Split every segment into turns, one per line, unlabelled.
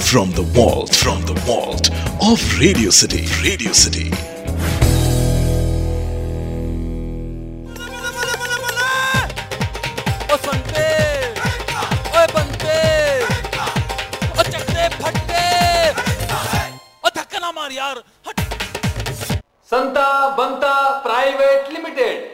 from the vault from the vault of Radio City Radio City
ओ संते ओए बनते ओ चकते फटते ओ धक्का ना मार यार हट
संता बनता प्राइवेट लिमिटेड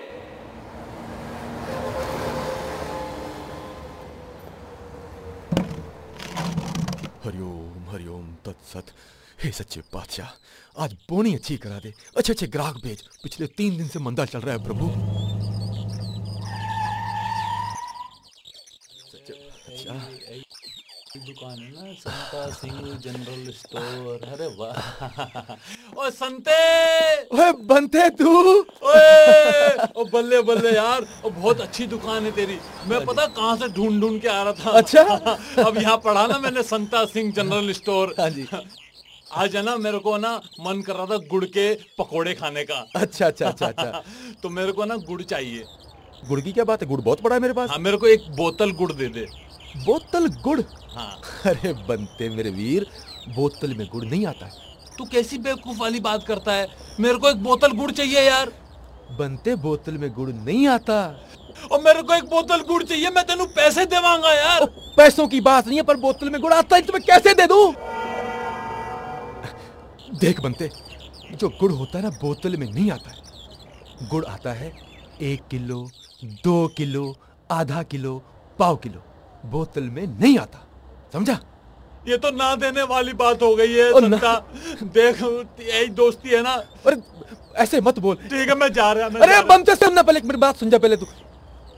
हरिओम हरिओम तत्सत हे सच्चे बादशाह आज बोनी अच्छी करा दे अच्छे अच्छे ग्राहक भेज पिछले तीन दिन से मंदा चल रहा है प्रभु सच्चे बादशाह,
दुकान है ना संता सिंह जनरल स्टोर अरे वाह ओ संते
ओए बनते तू
ओए ओ बल्ले बल्ले यार ओ बहुत अच्छी दुकान है तेरी मैं पता कहाँ से ढूंढ ढूंढ के आ रहा था
अच्छा?
अब यहाँ पढ़ा ना मैंने संता सिंह जनरल स्टोर
हाँ जी।
आज है ना मेरे को ना मन कर रहा था गुड़ के पकोड़े खाने का
अच्छा अच्छा अच्छा अच्छा
तो मेरे को ना गुड़ चाहिए
गुड़ की क्या बात है गुड़ बहुत बड़ा है मेरे पास
हाँ मेरे को एक बोतल गुड़ दे दे
बोतल गुड़
हाँ
अरे बनते मेरे वीर बोतल में गुड़ नहीं आता है
तू कैसी बेवकूफ वाली बात करता है मेरे को एक बोतल गुड़ चाहिए यार
बनते बोतल में गुड़ नहीं आता
और मेरे को एक बोतल गुड़ चाहिए मैं तेनू पैसे देवांगा यार
पैसों की बात नहीं है पर बोतल में गुड़ आता है तो मैं कैसे दे दूं देख बनते जो गुड़ होता है ना बोतल में नहीं आता है गुड़ आता है एक किलो दो किलो आधा किलो पाव किलो बोतल में नहीं आता समझा
ये तो ना देने वाली बात हो गई है
ओ, ना-
संता देख यही दोस्ती है ना
अरे ऐसे मत बोल
ठीक है मैं जा रहा मैं जा
अरे
रहा।
बम से सुनना पहले मेरी बात सुन जा पहले तू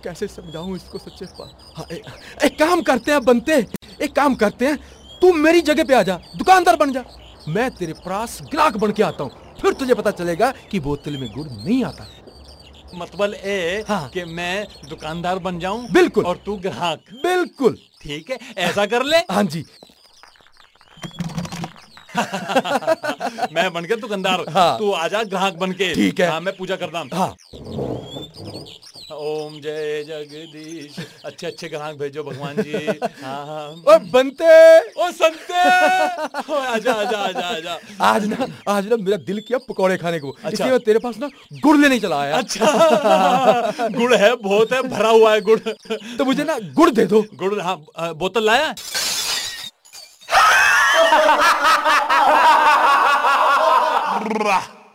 कैसे समझाऊं इसको सच्चे पा- हाँ, ए- एक काम करते हैं बनते एक काम करते हैं तू मेरी जगह पे आ जा दुकानदार बन जा मैं तेरे पास ग्राहक बन के आता हूँ फिर तुझे पता चलेगा कि बोतल में गुड़ नहीं आता
मतलब ए
हाँ।
कि मैं दुकानदार बन जाऊं
बिल्कुल।
और तू ग्राहक
बिल्कुल
ठीक है ऐसा कर ले
हाँ जी
मैं बन के दुकानदार
हाँ।
तू आजा ग्राहक बन के
ठीक है।
हाँ मैं पूजा करता हूँ
हाँ
ओम जय जगदीश अच्छे अच्छे ग्राहक भेजो भगवान जी हाँ हाँ
और बनते
ओ संते ओ आजा आजा आजा आजा
आज ना आज ना मेरा दिल किया पकौड़े खाने को
अच्छा।
इसलिए मैं तेरे पास ना गुड़ लेने चला आया
अच्छा गुड़ है बहुत है भरा हुआ है गुड़
तो मुझे ना गुड़ दे दो
गुड़ हाँ अ, बोतल लाया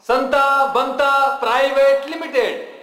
संता बनता प्राइवेट लिमिटेड